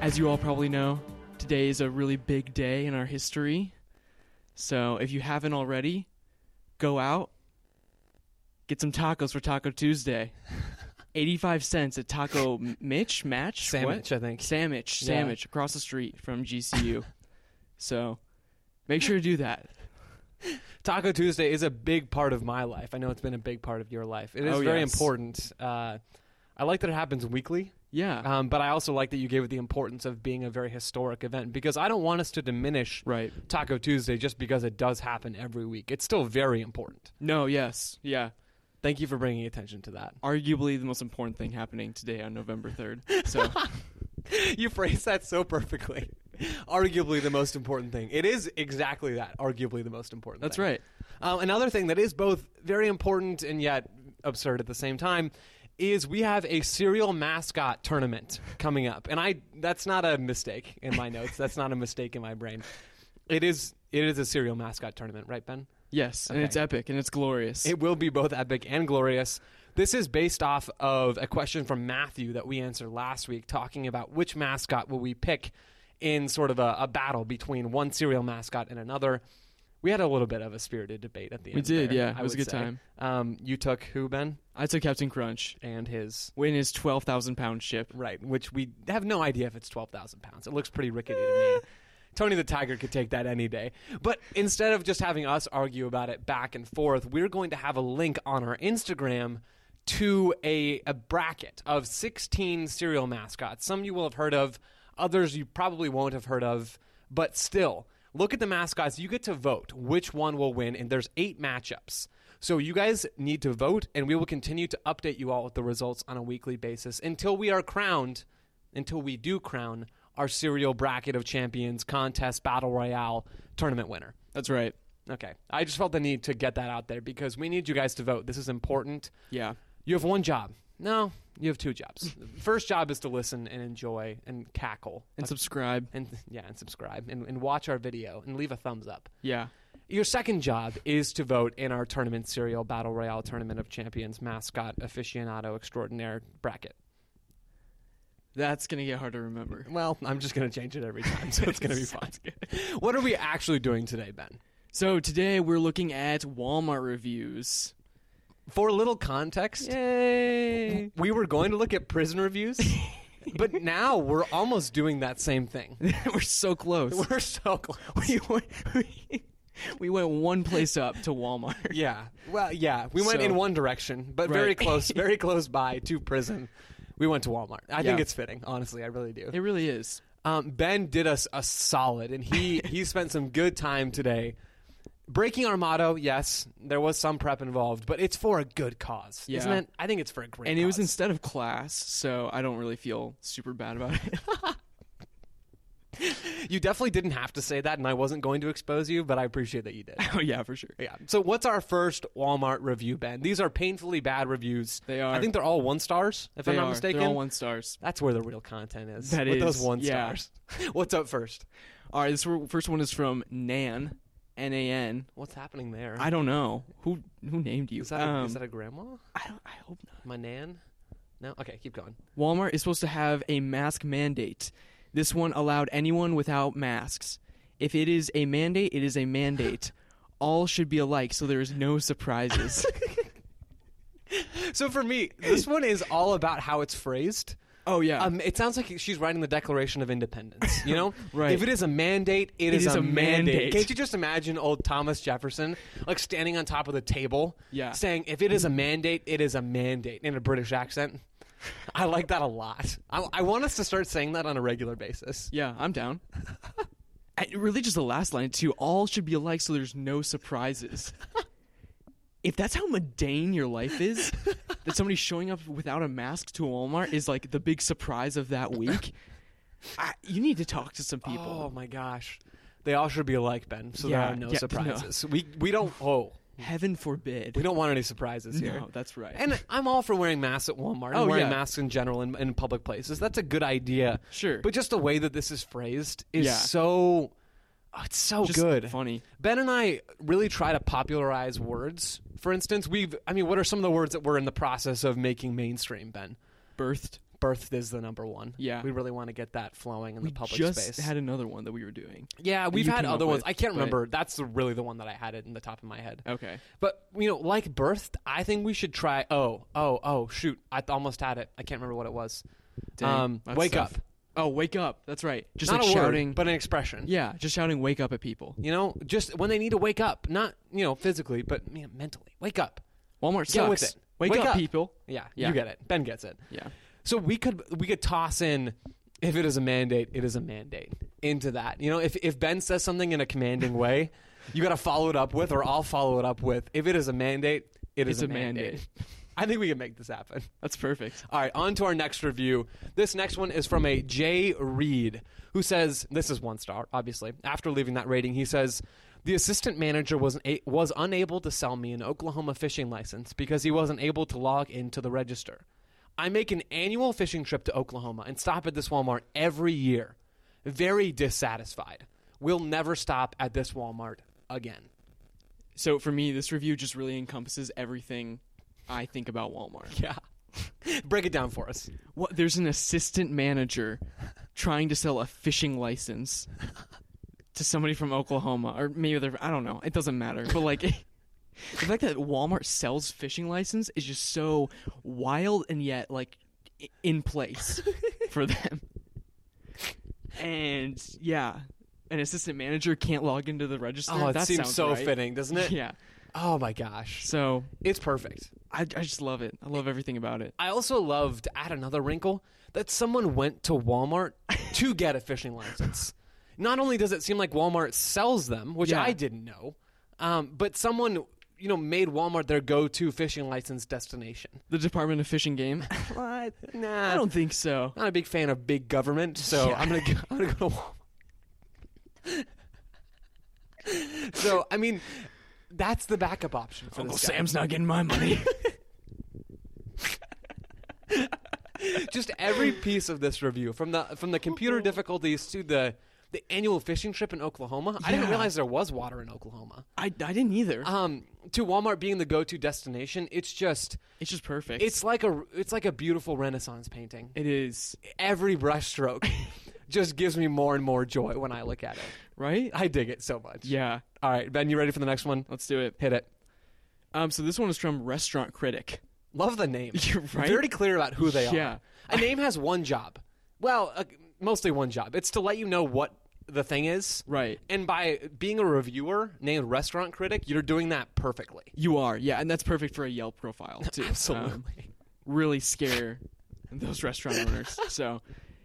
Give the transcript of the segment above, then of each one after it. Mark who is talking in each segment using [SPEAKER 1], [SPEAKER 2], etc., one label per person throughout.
[SPEAKER 1] As you all probably know, today is a really big day in our history. So if you haven't already, go out, get some tacos for Taco Tuesday. 85 cents at Taco M- Mitch Match
[SPEAKER 2] Sandwich, I
[SPEAKER 1] What?
[SPEAKER 2] think.
[SPEAKER 1] Sandwich,
[SPEAKER 2] Yeah.
[SPEAKER 1] sandwich across the street from GCU. so make sure to do that.
[SPEAKER 2] Taco Tuesday is a big part of my life. I know it's been a big part of your life. It is
[SPEAKER 1] Oh,
[SPEAKER 2] very
[SPEAKER 1] yes.
[SPEAKER 2] important. Uh, I like that it happens weekly,
[SPEAKER 1] Yeah.
[SPEAKER 2] um, but I also like that you gave it the importance of being a very historic event because I don't want us to diminish
[SPEAKER 1] right.
[SPEAKER 2] Taco Tuesday just because it does happen every week. It's still very important.
[SPEAKER 1] No, yes. Yeah.
[SPEAKER 2] Thank you for bringing attention to that.
[SPEAKER 1] Arguably the most important thing happening today on November 3rd. So
[SPEAKER 2] you phrased that so perfectly. arguably the most important thing. It is exactly that. Arguably the most important.
[SPEAKER 1] that's
[SPEAKER 2] thing.
[SPEAKER 1] right.
[SPEAKER 2] Um, another thing that is both very important and yet absurd at the same time is we have a serial mascot tournament coming up, and I that's not a mistake in my notes. That's not a mistake in my brain. It is it is a serial mascot tournament, right, Ben?
[SPEAKER 1] Yes, and
[SPEAKER 2] Okay.
[SPEAKER 1] it's epic and it's glorious.
[SPEAKER 2] It will be both epic and glorious. This is based off of a question from Matthew that we answered last week, talking about which mascot will we pick in sort of a, a battle between one serial mascot and another. We had a little bit of a spirited debate at the
[SPEAKER 1] we
[SPEAKER 2] end.
[SPEAKER 1] did,
[SPEAKER 2] there,
[SPEAKER 1] yeah.
[SPEAKER 2] I
[SPEAKER 1] it was a
[SPEAKER 2] would
[SPEAKER 1] good
[SPEAKER 2] say.
[SPEAKER 1] time.
[SPEAKER 2] Um, you took who Ben
[SPEAKER 1] I took Captain Crunch
[SPEAKER 2] and his
[SPEAKER 1] in his 12,000 pound ship.
[SPEAKER 2] right, which we have no idea if it's twelve thousand pounds. It looks pretty rickety to me. Tony the Tiger could take that any day. But instead of just having us argue about it back and forth, we're going to have a link on our Instagram to a, a bracket of 16 serial mascots. Some you will have heard of, others you probably won't have heard of, but still, look at the mascots. You get to vote which one will win, and there's eight matchups. So you guys need to vote, and we will continue to update you all with the results on a weekly basis until we are crowned, until we do crown our serial bracket of champions contest battle royale tournament winner.
[SPEAKER 1] That's right.
[SPEAKER 2] Okay, I just felt the need to get that out there because we need you guys to vote. This is important.
[SPEAKER 1] Yeah.
[SPEAKER 2] You have one job. No, you have two jobs. First job is to listen and enjoy and cackle
[SPEAKER 1] And subscribe.
[SPEAKER 2] and yeah, and subscribe and, and watch our video and leave a thumbs up.
[SPEAKER 1] Yeah.
[SPEAKER 2] Your second job is to vote in our tournament serial battle royale tournament of champions mascot aficionado extraordinaire bracket.
[SPEAKER 1] That's going to get hard to remember.
[SPEAKER 2] Well, I'm just gonna change it every time, so it's gonna be fun. What are we actually doing today, Ben?
[SPEAKER 1] So today we're looking at Walmart reviews.
[SPEAKER 2] For a little context,
[SPEAKER 1] Yay!
[SPEAKER 2] we were going to look at prison reviews, but now we're almost doing that same thing.
[SPEAKER 1] we're so close.
[SPEAKER 2] We're so close.
[SPEAKER 1] we, went, we, we went one place up to Walmart.
[SPEAKER 2] Yeah. Well, yeah. We went
[SPEAKER 1] So-
[SPEAKER 2] in one direction, but very
[SPEAKER 1] Right.
[SPEAKER 2] close, very close by to prison. We went to Walmart. I think
[SPEAKER 1] Yeah.
[SPEAKER 2] it's fitting, honestly. I really do.
[SPEAKER 1] It really is.
[SPEAKER 2] Um, ben did us a solid, and he he spent some good time today. Breaking our motto, yes, there was some prep involved, but it's for a good cause,
[SPEAKER 1] Yeah.
[SPEAKER 2] isn't it? I think it's for a great.
[SPEAKER 1] And it was
[SPEAKER 2] cause.
[SPEAKER 1] instead of class, so I don't really feel super bad about it.
[SPEAKER 2] you definitely didn't have to say that, and I wasn't going to expose you, but I appreciate that you did.
[SPEAKER 1] oh, yeah, for sure.
[SPEAKER 2] Yeah. So, what's our first Walmart review, Ben? These are painfully bad reviews.
[SPEAKER 1] They are.
[SPEAKER 2] I think they're all one stars, if
[SPEAKER 1] they
[SPEAKER 2] I'm
[SPEAKER 1] are.
[SPEAKER 2] not mistaken.
[SPEAKER 1] They're all one stars.
[SPEAKER 2] That's where the real content is.
[SPEAKER 1] That
[SPEAKER 2] with those
[SPEAKER 1] is,
[SPEAKER 2] one
[SPEAKER 1] yeah.
[SPEAKER 2] stars. What's up first?
[SPEAKER 1] All right, this w- first one is from Nan, N A N.
[SPEAKER 2] What's happening there?
[SPEAKER 1] I don't know who who named you.
[SPEAKER 2] is, that a,
[SPEAKER 1] Um,
[SPEAKER 2] is that a grandma?
[SPEAKER 1] I, don't, I hope not.
[SPEAKER 2] My nan? No. Okay, keep going.
[SPEAKER 1] Walmart is supposed to have a mask mandate. This one allowed anyone without masks. If it is a mandate, it is a mandate. All should be alike, so there is no surprises.
[SPEAKER 2] So for me, this one is all about how it's phrased.
[SPEAKER 1] oh yeah,
[SPEAKER 2] Um, it sounds like she's writing the Declaration of Independence. You know,
[SPEAKER 1] Right.
[SPEAKER 2] If it is a mandate, it
[SPEAKER 1] It
[SPEAKER 2] is,
[SPEAKER 1] is a mandate.
[SPEAKER 2] Can't you just imagine old Thomas Jefferson like standing on top of the table,
[SPEAKER 1] Yeah.
[SPEAKER 2] saying, "If it is a mandate, it is a mandate" in a British accent. I like that a lot. I, I want us to start saying that on a regular basis.
[SPEAKER 1] yeah, I'm down. I, really, just the last line too. All should be alike, so there's no surprises. If that's how mundane your life is, that somebody showing up without a mask to Walmart is like the big surprise of that week. I, you need to talk to some people.
[SPEAKER 2] Oh my gosh, they all should be alike, Ben. So
[SPEAKER 1] Yeah,
[SPEAKER 2] there are no
[SPEAKER 1] yeah, no.
[SPEAKER 2] surprises. We we don't. Oh,
[SPEAKER 1] Heaven forbid.
[SPEAKER 2] we don't want any surprises here.
[SPEAKER 1] No, that's right.
[SPEAKER 2] And I'm all for wearing masks at Walmart and
[SPEAKER 1] Oh,
[SPEAKER 2] wearing
[SPEAKER 1] yeah.
[SPEAKER 2] masks in general in, in public places. That's a good idea.
[SPEAKER 1] Sure.
[SPEAKER 2] But just the way that this is phrased is
[SPEAKER 1] Yeah.
[SPEAKER 2] so oh, it's so
[SPEAKER 1] Just
[SPEAKER 2] good.
[SPEAKER 1] funny.
[SPEAKER 2] Ben and I really try to popularize words. For instance, we've I mean, what are some of the words that we're in the process of making mainstream, Ben?
[SPEAKER 1] birthed.
[SPEAKER 2] birthed is the number one.
[SPEAKER 1] Yeah.
[SPEAKER 2] we really want to get that flowing in
[SPEAKER 1] we
[SPEAKER 2] the public
[SPEAKER 1] just
[SPEAKER 2] space.
[SPEAKER 1] had another one that we were doing.
[SPEAKER 2] yeah, we've
[SPEAKER 1] you
[SPEAKER 2] had
[SPEAKER 1] came up
[SPEAKER 2] other ones.
[SPEAKER 1] with,
[SPEAKER 2] I can't
[SPEAKER 1] but-
[SPEAKER 2] remember. That's the- really the one that I had it in the top of my head.
[SPEAKER 1] Okay.
[SPEAKER 2] But you know, like birthed, I think we should try. Oh, oh, oh! Shoot, I th- almost had it. I can't remember what it was.
[SPEAKER 1] Dang,
[SPEAKER 2] um,
[SPEAKER 1] that's
[SPEAKER 2] wake
[SPEAKER 1] tough.
[SPEAKER 2] up!
[SPEAKER 1] Oh, wake up. That's right. Just
[SPEAKER 2] Not
[SPEAKER 1] like
[SPEAKER 2] a
[SPEAKER 1] shouting.
[SPEAKER 2] word, but an expression.
[SPEAKER 1] yeah, just shouting wake up at people.
[SPEAKER 2] You know, just when they need to wake up, not you know physically, but man, mentally. Wake up!
[SPEAKER 1] Walmart sucks.
[SPEAKER 2] Get with it.
[SPEAKER 1] Wake,
[SPEAKER 2] Wake
[SPEAKER 1] up,
[SPEAKER 2] up.
[SPEAKER 1] people.
[SPEAKER 2] Yeah,
[SPEAKER 1] Yeah.
[SPEAKER 2] you get it. Ben gets it.
[SPEAKER 1] Yeah.
[SPEAKER 2] So we could we could toss in if it is a mandate, it is a mandate into that. You know, if if Ben says something in a commanding way, you got to follow it up with, or I'll follow it up with. If it is a mandate, it
[SPEAKER 1] It's
[SPEAKER 2] is a,
[SPEAKER 1] a mandate.
[SPEAKER 2] mandate. I think we can make this happen.
[SPEAKER 1] That's perfect.
[SPEAKER 2] All right, on to our next review. This next one is from a Jay Reed who says this is one star, obviously. After leaving that rating, he says the assistant manager was a- was unable to sell me an Oklahoma fishing license because he wasn't able to log into the register. I make an annual fishing trip to Oklahoma and stop at this Walmart every year. Very dissatisfied. We'll never stop at this Walmart again.
[SPEAKER 1] So for me, this review just really encompasses everything I think about Walmart.
[SPEAKER 2] Yeah. Break it down for us.
[SPEAKER 1] What there's an assistant manager trying to sell a fishing license to somebody from Oklahoma or maybe they're I don't know. It doesn't matter. But like the fact that Walmart sells fishing license is just so wild and yet like i- in place for them. And yeah, an assistant manager can't log into the register.
[SPEAKER 2] Oh, it
[SPEAKER 1] that
[SPEAKER 2] seems
[SPEAKER 1] sounds
[SPEAKER 2] so
[SPEAKER 1] right.
[SPEAKER 2] fitting, doesn't it?
[SPEAKER 1] Yeah.
[SPEAKER 2] Oh my gosh.
[SPEAKER 1] So
[SPEAKER 2] It's perfect.
[SPEAKER 1] I, I just love it. I love everything about it.
[SPEAKER 2] I also love to add another wrinkle that someone went to Walmart to get a fishing license. Not only does it seem like Walmart sells them, which
[SPEAKER 1] Yeah.
[SPEAKER 2] I didn't know, um, but someone you know made Walmart their go-to fishing license destination.
[SPEAKER 1] The Department of Fish and Game.
[SPEAKER 2] What?
[SPEAKER 1] I
[SPEAKER 2] Nah,
[SPEAKER 1] don't think so.
[SPEAKER 2] not a big fan of big government, so I'm gonna go, I'm gonna go to Walmart. so I mean, that's the backup option for
[SPEAKER 1] Uncle
[SPEAKER 2] this guy.
[SPEAKER 1] Sam's not getting my money.
[SPEAKER 2] just every piece of this review from the from the
[SPEAKER 1] Mm-hmm.
[SPEAKER 2] computer difficulties to the the annual fishing trip in Oklahoma. I didn't
[SPEAKER 1] Yeah.
[SPEAKER 2] realize there was water in Oklahoma.
[SPEAKER 1] I, I didn't either.
[SPEAKER 2] Um, to Walmart being the go-to destination, it's just
[SPEAKER 1] it's just perfect.
[SPEAKER 2] it's like a it's like a beautiful Renaissance painting.
[SPEAKER 1] it is
[SPEAKER 2] Every brushstroke just gives me more and more joy when I look at it.
[SPEAKER 1] right. Uh,
[SPEAKER 2] I dig it so much.
[SPEAKER 1] Yeah,
[SPEAKER 2] All right, Ben, you ready for the next one?
[SPEAKER 1] let's do it.
[SPEAKER 2] Hit it.
[SPEAKER 1] Um, so this one is from Restaurant Critic.
[SPEAKER 2] Love the name.
[SPEAKER 1] You're right.
[SPEAKER 2] Very clear about who they
[SPEAKER 1] Yeah.
[SPEAKER 2] are. A name has one job. Well, uh, mostly one job. It's to let you know what the thing is.
[SPEAKER 1] Right.
[SPEAKER 2] And by being a reviewer named Restaurant Critic, you're doing that perfectly.
[SPEAKER 1] You are, yeah, and that's perfect for a Yelp profile too.
[SPEAKER 2] Absolutely.
[SPEAKER 1] Um, really scare those restaurant owners. So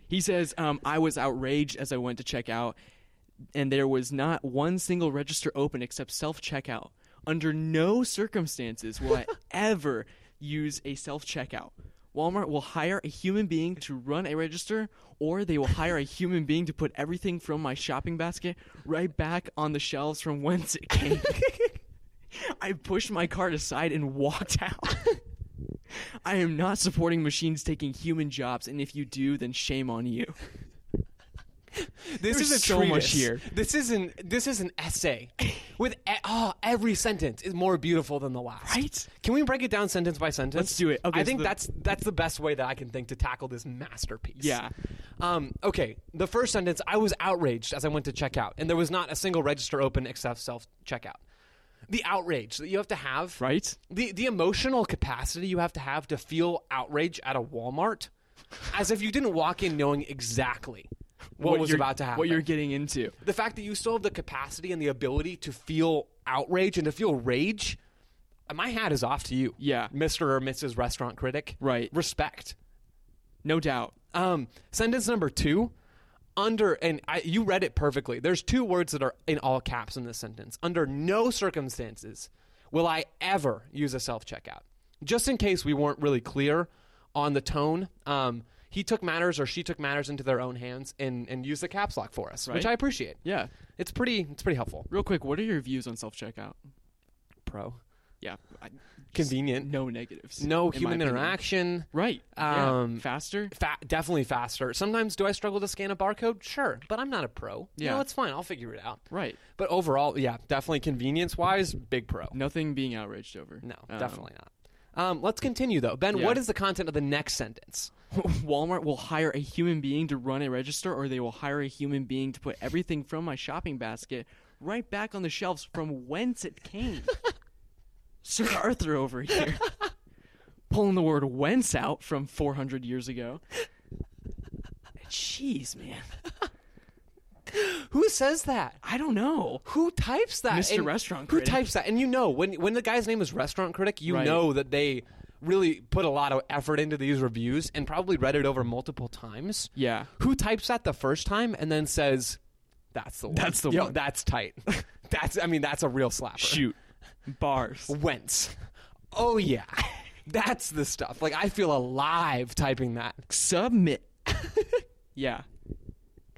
[SPEAKER 1] he says, um, I was outraged as I went to check out, and there was not one single register open except self checkout. Under no circumstances will I ever use a self checkout. Walmart will hire a human being to run a register, or they will hire a human being to put everything from my shopping basket right back on the shelves from whence it came. I pushed my cart aside and walked out. I am not supporting machines taking human jobs, and if you do, then shame on you.
[SPEAKER 2] This
[SPEAKER 1] There's
[SPEAKER 2] is a
[SPEAKER 1] so much
[SPEAKER 2] treatise.
[SPEAKER 1] here.
[SPEAKER 2] This isn't. This is an essay. With e- oh, every sentence is more beautiful than the last.
[SPEAKER 1] Right?
[SPEAKER 2] Can we break it down sentence by sentence?
[SPEAKER 1] Let's do it. Okay,
[SPEAKER 2] I
[SPEAKER 1] so
[SPEAKER 2] think
[SPEAKER 1] the-
[SPEAKER 2] that's that's the best way that I can think to tackle this masterpiece.
[SPEAKER 1] Yeah.
[SPEAKER 2] Um, okay. The first sentence, I was outraged as I went to checkout, and there was not a single register open except self checkout. The outrage that you have to have,
[SPEAKER 1] Right?
[SPEAKER 2] the the emotional capacity you have to have to feel outrage at a Walmart, as if you didn't walk in knowing exactly what, was
[SPEAKER 1] you're-
[SPEAKER 2] about to happen
[SPEAKER 1] What you're getting into.
[SPEAKER 2] the fact that you still have the capacity and the ability to feel outrage and to feel rage, my hat is off to you.
[SPEAKER 1] Yeah.
[SPEAKER 2] Mr. or Mrs. Restaurant Critic.
[SPEAKER 1] Right.
[SPEAKER 2] Respect.
[SPEAKER 1] No doubt.
[SPEAKER 2] Um, sentence number two, under, and I, you read it perfectly. There's two words that are in all caps in this sentence. Under no circumstances will I ever use a self checkout. Just in case we weren't really clear on the tone, um, he took matters or she took matters into their own hands and, and used the caps lock for us, which
[SPEAKER 1] Right.
[SPEAKER 2] I appreciate.
[SPEAKER 1] Yeah.
[SPEAKER 2] It's pretty. It's pretty helpful.
[SPEAKER 1] Real quick, what are your views on self checkout?
[SPEAKER 2] Pro.
[SPEAKER 1] Yeah. I,
[SPEAKER 2] Convenient.
[SPEAKER 1] no negatives.
[SPEAKER 2] No
[SPEAKER 1] in my
[SPEAKER 2] human
[SPEAKER 1] opinion.
[SPEAKER 2] interaction.
[SPEAKER 1] Right. Yeah.
[SPEAKER 2] Um,
[SPEAKER 1] Faster?
[SPEAKER 2] Fa- definitely faster. Sometimes do I struggle to scan a barcode? Sure, but I'm not a pro. You
[SPEAKER 1] Yeah.
[SPEAKER 2] know, it's fine. I'll figure it out.
[SPEAKER 1] Right.
[SPEAKER 2] But overall, yeah, definitely convenience wise, big pro.
[SPEAKER 1] Nothing being outraged over.
[SPEAKER 2] No,
[SPEAKER 1] Um,
[SPEAKER 2] definitely not. Um, let's continue though, Ben.
[SPEAKER 1] Yeah.
[SPEAKER 2] What is the content of the next sentence?
[SPEAKER 1] Walmart will hire a human being to run a register, or they will hire a human being to put everything from my shopping basket right back on the shelves from whence it came. Sir Arthur over here. Pulling the word whence out from 400 years ago. Jeez, man.
[SPEAKER 2] Who says that?
[SPEAKER 1] I don't know.
[SPEAKER 2] Who types that?
[SPEAKER 1] Mr.
[SPEAKER 2] And
[SPEAKER 1] Restaurant
[SPEAKER 2] Who
[SPEAKER 1] Critic.
[SPEAKER 2] types that? And you know when when the guy's name is Restaurant Critic, you
[SPEAKER 1] Right.
[SPEAKER 2] know that they really put a lot of effort into these reviews and probably read it over multiple times.
[SPEAKER 1] Yeah.
[SPEAKER 2] Who types that the first time and then says, "That's the one.
[SPEAKER 1] That's the
[SPEAKER 2] Yo,
[SPEAKER 1] one."
[SPEAKER 2] That's tight. that's I mean that's a real slapper."
[SPEAKER 1] Shoot. Bars.
[SPEAKER 2] Wentz. Oh yeah. That's the stuff. Like I feel alive typing that.
[SPEAKER 1] Submit. yeah.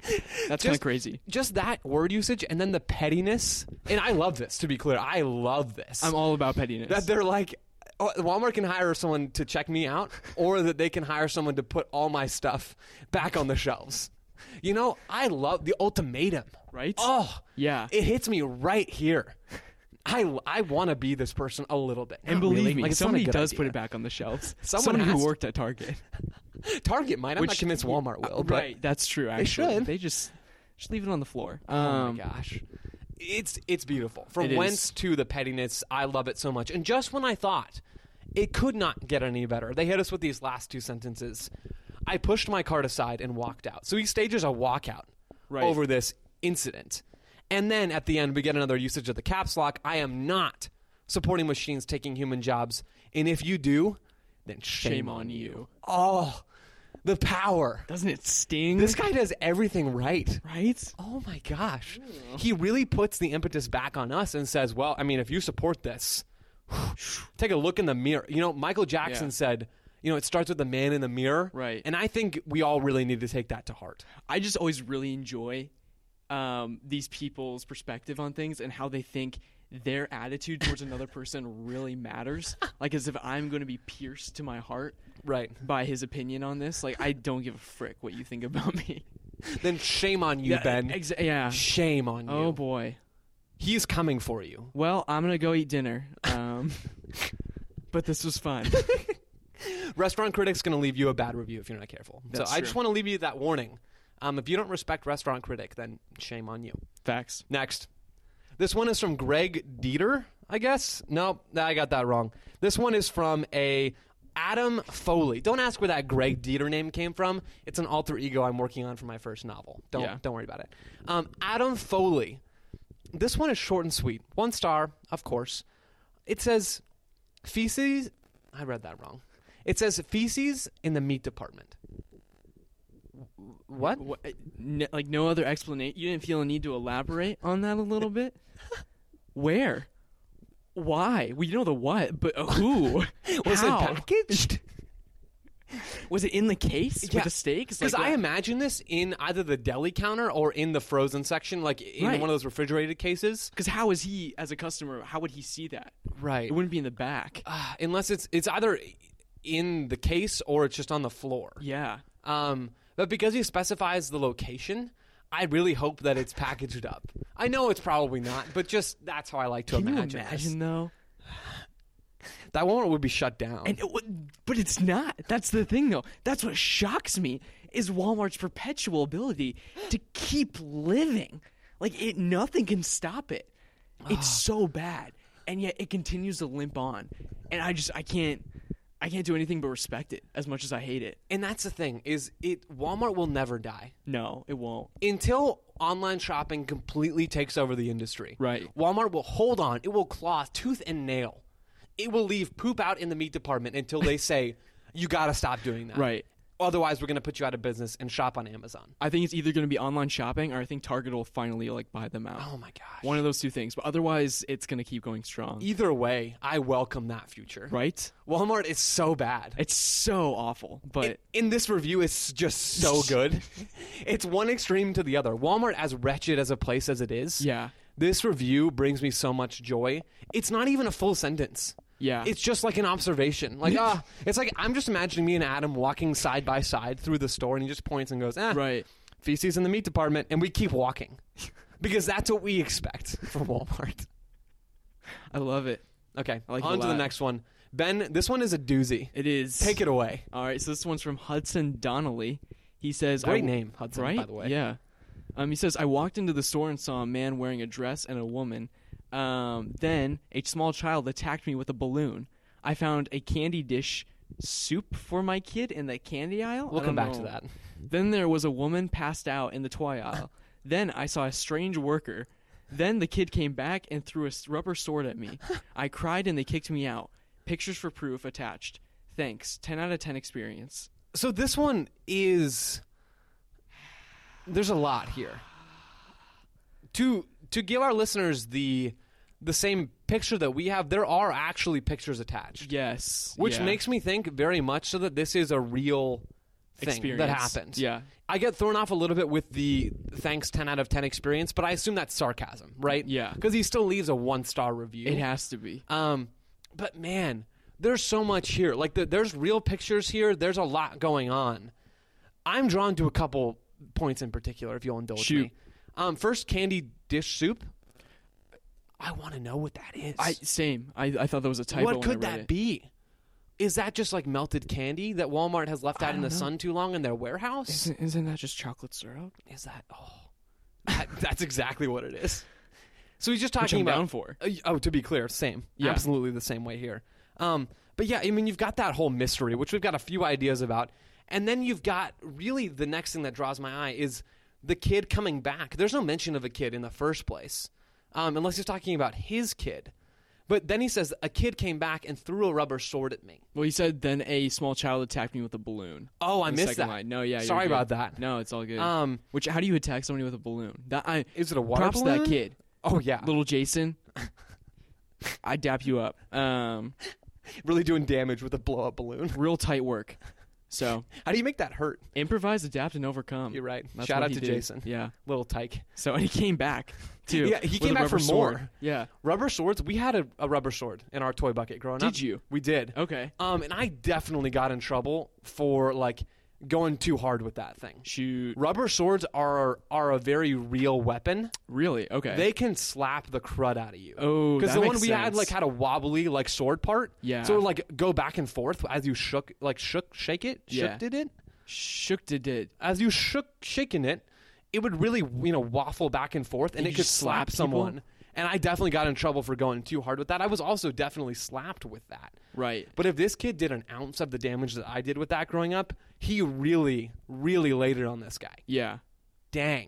[SPEAKER 1] That's kind of
[SPEAKER 2] Just-
[SPEAKER 1] crazy.
[SPEAKER 2] Just that word usage and then the pettiness. And I love this to be clear. I love this.
[SPEAKER 1] I'm all about pettiness.
[SPEAKER 2] that they're like oh, Walmart can hire someone to check me out or that they can hire someone to put all my stuff back on the shelves. You know, I love the ultimatum.
[SPEAKER 1] Right?
[SPEAKER 2] Oh.
[SPEAKER 1] Yeah.
[SPEAKER 2] It hits me right here. I, I want to be this person a little bit.
[SPEAKER 1] and
[SPEAKER 2] Not
[SPEAKER 1] believe
[SPEAKER 2] really.
[SPEAKER 1] me,
[SPEAKER 2] Like, it's not a
[SPEAKER 1] somebody
[SPEAKER 2] good
[SPEAKER 1] does
[SPEAKER 2] idea.
[SPEAKER 1] put it back on the shelves.
[SPEAKER 2] Someone
[SPEAKER 1] Someone
[SPEAKER 2] has
[SPEAKER 1] who
[SPEAKER 2] to.
[SPEAKER 1] worked at Target.
[SPEAKER 2] Target might. I'm
[SPEAKER 1] Which-
[SPEAKER 2] not convinced Walmart will. But
[SPEAKER 1] right. That's true. Actually,
[SPEAKER 2] should.
[SPEAKER 1] They just just leave it on the floor. Um,
[SPEAKER 2] Oh my gosh. It's it's beautiful. From
[SPEAKER 1] It is.
[SPEAKER 2] whence to the pettiness, I love it so much. And just when I thought it could not get any better, they hit us with these last two sentences. I pushed my cart aside and walked out. So he stages a walkout
[SPEAKER 1] Right.
[SPEAKER 2] over this incident. And then at the end we get another usage of the caps lock. I am not supporting machines taking human jobs. And if you do, then shame,
[SPEAKER 1] shame on you.
[SPEAKER 2] Oh the power.
[SPEAKER 1] Doesn't it sting?
[SPEAKER 2] This guy does everything right.
[SPEAKER 1] right?
[SPEAKER 2] Oh my gosh.
[SPEAKER 1] Mm.
[SPEAKER 2] He really puts the impetus back on us and says, well, I mean, if you support this, take a look in the mirror. You know, Michael Jackson
[SPEAKER 1] Yeah.
[SPEAKER 2] said, you know, it starts with the man in the mirror.
[SPEAKER 1] Right.
[SPEAKER 2] And I think we all really need to take that to heart.
[SPEAKER 1] I just always really enjoy um, these people's perspective on things and how they think their attitude towards another person really matters. Like as if I'm going to be pierced to my heart
[SPEAKER 2] Right.
[SPEAKER 1] by his opinion on this. Like I don't give a frick what you think about me.
[SPEAKER 2] Then shame on you, Ben.
[SPEAKER 1] Ex- yeah.
[SPEAKER 2] shame on you.
[SPEAKER 1] Oh boy.
[SPEAKER 2] He's coming for you.
[SPEAKER 1] Well, I'm gonna go eat dinner. Um, but this was fun.
[SPEAKER 2] Restaurant critic's going to leave you a bad review if you're not careful.
[SPEAKER 1] That's
[SPEAKER 2] so I just
[SPEAKER 1] true.
[SPEAKER 2] want to leave you that warning. Um, if you don't respect restaurant critic, then shame on you.
[SPEAKER 1] Facts.
[SPEAKER 2] Next. This one is from Greg Dieter, I guess. No, I got that wrong. This one is from a Adam Foley. Don't ask where that Greg Dieter name came from. It's an alter ego I'm working on for my first novel. Don't
[SPEAKER 1] Yeah.
[SPEAKER 2] don't worry about it. Um, Adam Foley. This one is short and sweet. One star, of course. It says feces. I read that wrong. It says feces in the meat department. W- What?
[SPEAKER 1] What, n- like no other explanation. You didn't feel a need to elaborate on that a little bit. Where? Why? We know the what, but uh, who?
[SPEAKER 2] Was
[SPEAKER 1] How?
[SPEAKER 2] it packaged?
[SPEAKER 1] Was it in the case
[SPEAKER 2] Yeah.
[SPEAKER 1] with the steaks?
[SPEAKER 2] Because
[SPEAKER 1] Like,
[SPEAKER 2] I
[SPEAKER 1] what-
[SPEAKER 2] imagine this in either the deli counter or in the frozen section, like in
[SPEAKER 1] Right.
[SPEAKER 2] one of those refrigerated cases.
[SPEAKER 1] 'cause how is he as a customer? How would he see that?
[SPEAKER 2] Right.
[SPEAKER 1] It wouldn't be in the back.
[SPEAKER 2] uh, unless it's it's either in the case or it's just on the floor.
[SPEAKER 1] yeah.
[SPEAKER 2] Um, but because he specifies the location, I really hope that it's packaged up. I know it's probably not, but just that's how I like to
[SPEAKER 1] Can you
[SPEAKER 2] imagine.
[SPEAKER 1] imagine
[SPEAKER 2] this.
[SPEAKER 1] though?
[SPEAKER 2] that Walmart would be shut down.
[SPEAKER 1] And it would- but it's not. That's the thing, though. That's what shocks me is Walmart's perpetual ability to keep living. Like it, nothing can stop it. It's
[SPEAKER 2] Ah.
[SPEAKER 1] so bad, and yet it continues to limp on. And I just, I can't, I can't do anything but respect it as much as I hate it.
[SPEAKER 2] and that's the thing is it Walmart will never die.
[SPEAKER 1] No, it won't.
[SPEAKER 2] until online shopping completely takes over the industry.
[SPEAKER 1] Right.
[SPEAKER 2] Walmart will hold on. It will claw tooth and nail. It will leave poop out in the meat department until they say, "You got to stop doing that."
[SPEAKER 1] Right.
[SPEAKER 2] Otherwise, we're going to put you out of business and shop on Amazon.
[SPEAKER 1] I think it's either going to be online shopping, or I think Target will finally like buy them out.
[SPEAKER 2] Oh my gosh.
[SPEAKER 1] One of those two things. But otherwise, it's going to keep going strong.
[SPEAKER 2] Either way, I welcome that future.
[SPEAKER 1] right?
[SPEAKER 2] Walmart is so bad.
[SPEAKER 1] It's so awful, but.
[SPEAKER 2] in this review is just so good. it's one extreme to the other. Walmart, as wretched as a place as it is,
[SPEAKER 1] Yeah.
[SPEAKER 2] This review brings me so much joy. It's not even a full sentence.
[SPEAKER 1] Yeah.
[SPEAKER 2] It's just like an observation. Like, ah, it's like I'm just imagining me and Adam walking side by side through the store, and he just points and goes, eh,
[SPEAKER 1] Right.
[SPEAKER 2] feces in the meat department, and we keep walking because that's what we expect from Walmart.
[SPEAKER 1] I love it.
[SPEAKER 2] Okay.
[SPEAKER 1] I like it a
[SPEAKER 2] on to the
[SPEAKER 1] lot.
[SPEAKER 2] next one. Ben, this one is a doozy.
[SPEAKER 1] It is.
[SPEAKER 2] Take it away.
[SPEAKER 1] All right, so this one's from Hudson Donnelly. He says, I
[SPEAKER 2] Great
[SPEAKER 1] w-
[SPEAKER 2] name, Hudson,
[SPEAKER 1] right?
[SPEAKER 2] by the way.
[SPEAKER 1] Yeah. Um, he says, I walked into the store and saw a man wearing a dress and a woman. Um, then a small child attacked me with a balloon. I found a candy dish soup for my kid in the candy aisle.
[SPEAKER 2] We'll
[SPEAKER 1] I
[SPEAKER 2] come
[SPEAKER 1] don't
[SPEAKER 2] back to
[SPEAKER 1] know.
[SPEAKER 2] that.
[SPEAKER 1] Then there was a woman passed out in the toy aisle. then I saw a strange worker. Then the kid came back and threw a s- rubber sword at me. I cried and they kicked me out. Pictures for proof attached. Thanks. 10 out of 10 experience.
[SPEAKER 2] So this one is there's a lot here. To to give our listeners the the same picture that we have, there are actually pictures attached.
[SPEAKER 1] Yes.
[SPEAKER 2] Which
[SPEAKER 1] yeah.
[SPEAKER 2] makes me think very much so that this is a real thing
[SPEAKER 1] experience.
[SPEAKER 2] that happened.
[SPEAKER 1] Yeah.
[SPEAKER 2] I get thrown off a little bit with the thanks 10 out of 10 experience, but I assume that's sarcasm, right?
[SPEAKER 1] Yeah.
[SPEAKER 2] Because he still leaves a one star review.
[SPEAKER 1] It has to be.
[SPEAKER 2] Um, but man, there's so much here. Like, the, there's real pictures here. There's a lot going on. I'm drawn to a couple points in particular, if you'll indulge
[SPEAKER 1] Shoot.
[SPEAKER 2] me. Um, first, candy dish soup. I want to know what that is.
[SPEAKER 1] I same. I, I thought that was a typo.
[SPEAKER 2] what
[SPEAKER 1] when
[SPEAKER 2] could
[SPEAKER 1] I read
[SPEAKER 2] that
[SPEAKER 1] it.
[SPEAKER 2] be? Is that just like melted candy that Walmart has left
[SPEAKER 1] I
[SPEAKER 2] out in the
[SPEAKER 1] don't know.
[SPEAKER 2] sun too long in their warehouse?
[SPEAKER 1] Isn't, isn't that just chocolate syrup?
[SPEAKER 2] Is that oh, that, that's exactly what it is. So he's just
[SPEAKER 1] Which
[SPEAKER 2] talking
[SPEAKER 1] I'm
[SPEAKER 2] about
[SPEAKER 1] down for.
[SPEAKER 2] uh, oh, to be clear, same.
[SPEAKER 1] Yeah.
[SPEAKER 2] Absolutely the same way here. Um, but yeah, I mean, you've got that whole mystery, which we've got a few ideas about. And then you've got really the next thing that draws my eye is the kid coming back. There's no mention of a kid in the first place, um, unless he's talking about his kid. But then he says, a kid came back and threw a rubber sword at me.
[SPEAKER 1] Well, he said then a small child attacked me with a balloon.
[SPEAKER 2] Oh, I
[SPEAKER 1] The
[SPEAKER 2] missed
[SPEAKER 1] second
[SPEAKER 2] that.
[SPEAKER 1] line. No, yeah. you're
[SPEAKER 2] Sorry
[SPEAKER 1] good.
[SPEAKER 2] about that.
[SPEAKER 1] No, it's all good.
[SPEAKER 2] Um,
[SPEAKER 1] Which how do you attack somebody with a balloon? That I
[SPEAKER 2] is it a water
[SPEAKER 1] props to
[SPEAKER 2] balloon?
[SPEAKER 1] that kid,
[SPEAKER 2] Oh, yeah.
[SPEAKER 1] little Jason. I dap you up. Um,
[SPEAKER 2] Really doing damage with a blow up balloon.
[SPEAKER 1] real tight work. So
[SPEAKER 2] How do you make that hurt?
[SPEAKER 1] improvise, adapt, and overcome.
[SPEAKER 2] You're right.
[SPEAKER 1] That's
[SPEAKER 2] Shout
[SPEAKER 1] what
[SPEAKER 2] out
[SPEAKER 1] he
[SPEAKER 2] to
[SPEAKER 1] did.
[SPEAKER 2] Jason,
[SPEAKER 1] Yeah.
[SPEAKER 2] little tyke.
[SPEAKER 1] So and he came back too.
[SPEAKER 2] Yeah, he
[SPEAKER 1] with
[SPEAKER 2] came
[SPEAKER 1] a
[SPEAKER 2] back for
[SPEAKER 1] rubber sword.
[SPEAKER 2] more.
[SPEAKER 1] Yeah.
[SPEAKER 2] Rubber swords. We had a, a rubber sword in our toy bucket growing up.
[SPEAKER 1] Did you? Oh.
[SPEAKER 2] We did.
[SPEAKER 1] Okay.
[SPEAKER 2] Um, and I definitely got in trouble for like going too hard with that thing.
[SPEAKER 1] Shoot.
[SPEAKER 2] Rubber swords are are a very real weapon.
[SPEAKER 1] Really? Okay.
[SPEAKER 2] They can slap the crud out of you.
[SPEAKER 1] Oh,
[SPEAKER 2] because
[SPEAKER 1] that
[SPEAKER 2] the one
[SPEAKER 1] makes
[SPEAKER 2] we had
[SPEAKER 1] sense.
[SPEAKER 2] like had a wobbly like sword part.
[SPEAKER 1] Yeah.
[SPEAKER 2] So it would, like go back and forth as you shook like shook shake it.
[SPEAKER 1] Yeah.
[SPEAKER 2] Shook did it.
[SPEAKER 1] shook to did.
[SPEAKER 2] as you shook shaking it, it would really you know waffle back and forth, and
[SPEAKER 1] Did
[SPEAKER 2] it
[SPEAKER 1] you
[SPEAKER 2] could
[SPEAKER 1] just
[SPEAKER 2] slap,
[SPEAKER 1] slap people?
[SPEAKER 2] someone. And I definitely got in trouble for going too hard with that. I was also definitely slapped with that.
[SPEAKER 1] Right.
[SPEAKER 2] But if this kid did an ounce of the damage that I did with that growing up, he really, really laid it on this guy.
[SPEAKER 1] Yeah.
[SPEAKER 2] Dang.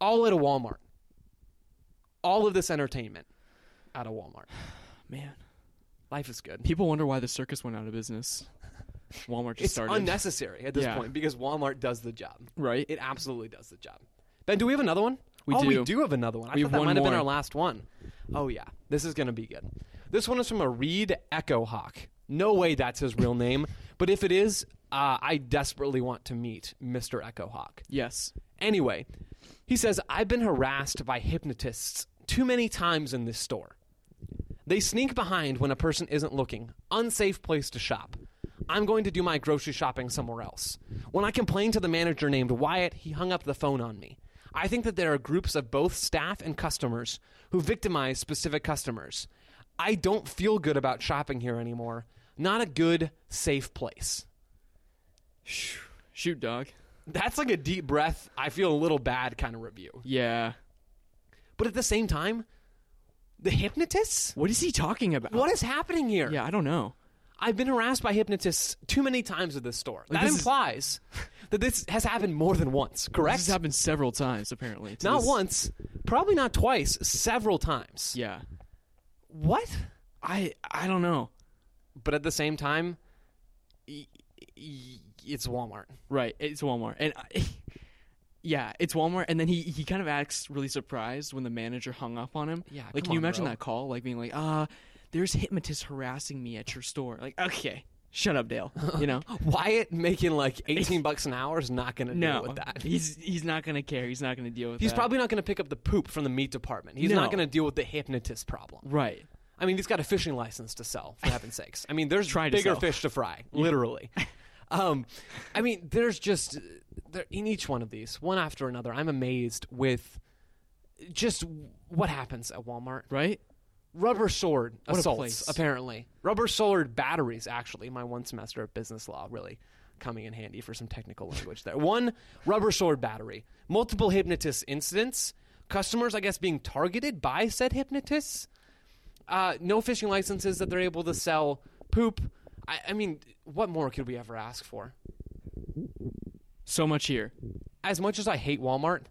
[SPEAKER 2] All at a Walmart. All of this entertainment out of Walmart.
[SPEAKER 1] Man.
[SPEAKER 2] Life is good.
[SPEAKER 1] People wonder why the circus went out of business. Walmart just
[SPEAKER 2] It's
[SPEAKER 1] started.
[SPEAKER 2] unnecessary at this
[SPEAKER 1] Yeah.
[SPEAKER 2] point because Walmart does the job.
[SPEAKER 1] right?
[SPEAKER 2] It absolutely does the job. Ben, do we have another one?
[SPEAKER 1] We
[SPEAKER 2] oh, we
[SPEAKER 1] do.
[SPEAKER 2] do have another one. I
[SPEAKER 1] We
[SPEAKER 2] thought
[SPEAKER 1] have
[SPEAKER 2] that
[SPEAKER 1] one
[SPEAKER 2] might have been
[SPEAKER 1] more.
[SPEAKER 2] our last one. Oh yeah, this is gonna be good. This one is from a Reed Echo Hawk. No way that's his real name, but if it is, uh, I desperately want to meet Mr. Echo Hawk.
[SPEAKER 1] yes.
[SPEAKER 2] Anyway, he says, I've been harassed by hypnotists too many times in this store. They sneak behind when a person isn't looking. Unsafe place to shop. I'm going to do my grocery shopping somewhere else. When I complained to the manager named Wyatt, he hung up the phone on me. I think that there are groups of both staff and customers who victimize specific customers. I don't feel good about shopping here anymore. Not a good, safe place.
[SPEAKER 1] Shoot, dog.
[SPEAKER 2] That's like a deep breath, I feel a little bad kind of review.
[SPEAKER 1] Yeah.
[SPEAKER 2] But at the same time, the hypnotists?
[SPEAKER 1] What is he talking about?
[SPEAKER 2] What is happening here?
[SPEAKER 1] Yeah, I don't know.
[SPEAKER 2] I've been harassed by hypnotists too many times at this store. That
[SPEAKER 1] this is-
[SPEAKER 2] implies that this has happened more than once, correct?
[SPEAKER 1] This has happened several times, apparently. to
[SPEAKER 2] not
[SPEAKER 1] this-
[SPEAKER 2] once, probably not twice, several times.
[SPEAKER 1] Yeah.
[SPEAKER 2] What?
[SPEAKER 1] I I don't know.
[SPEAKER 2] But at the same time, y- y- it's Walmart.
[SPEAKER 1] Right. It's Walmart, and I, yeah, it's Walmart. And then he he kind of acts really surprised when the manager hung up on him.
[SPEAKER 2] Yeah,
[SPEAKER 1] Like,
[SPEAKER 2] come
[SPEAKER 1] can you
[SPEAKER 2] on,
[SPEAKER 1] imagine
[SPEAKER 2] bro.
[SPEAKER 1] that call? Like being like, uh, there's hypnotists harassing me at your store. Like, okay, shut up, Dale. You know.
[SPEAKER 2] Wyatt making like 18 bucks an hour is not going to
[SPEAKER 1] No,
[SPEAKER 2] deal with that.
[SPEAKER 1] he's he's not gonna care. He's not gonna deal with.
[SPEAKER 2] He's
[SPEAKER 1] that.
[SPEAKER 2] probably not going to pick up the poop from the meat department. He's not
[SPEAKER 1] No.
[SPEAKER 2] going to deal with the hypnotist problem.
[SPEAKER 1] right.
[SPEAKER 2] I mean, he's got a fishing license to sell, for heaven's sakes. I mean, there's
[SPEAKER 1] Try to
[SPEAKER 2] bigger
[SPEAKER 1] sell.
[SPEAKER 2] fish to fry, literally. um, I mean, there's just, there, in each one of these, one after another, I'm amazed with just what happens at Walmart.
[SPEAKER 1] Right.
[SPEAKER 2] Rubber sword
[SPEAKER 1] What a
[SPEAKER 2] assaults,
[SPEAKER 1] place.
[SPEAKER 2] apparently. Rubber sword batteries, actually. My one semester of business law really coming in handy for some technical language there. One rubber sword battery, multiple hypnotist incidents, customers, I guess, being targeted by said hypnotists, uh, no fishing licenses that they're able to sell, poop. I, I mean, what more could we ever ask for?
[SPEAKER 1] So much here.
[SPEAKER 2] As much as I hate Walmart,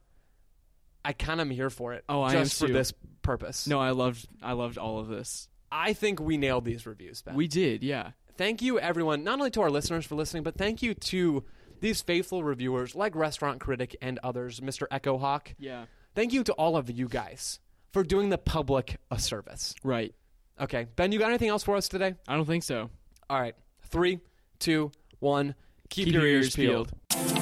[SPEAKER 2] I kind of am here for it.
[SPEAKER 1] Oh, I
[SPEAKER 2] just
[SPEAKER 1] am
[SPEAKER 2] for
[SPEAKER 1] too.
[SPEAKER 2] this purpose.
[SPEAKER 1] No, I loved I loved all of this.
[SPEAKER 2] I think we nailed these reviews, Ben.
[SPEAKER 1] We did, yeah.
[SPEAKER 2] thank you everyone not only to our listeners for listening but thank you to these faithful reviewers like restaurant critic and others mr echo hawk
[SPEAKER 1] Yeah.
[SPEAKER 2] thank you to all of you guys for doing the public a service
[SPEAKER 1] Right.
[SPEAKER 2] okay ben you got anything else for us today
[SPEAKER 1] I don't think so.
[SPEAKER 2] all right three two one keep, your, ears peeled.
[SPEAKER 1] peeled.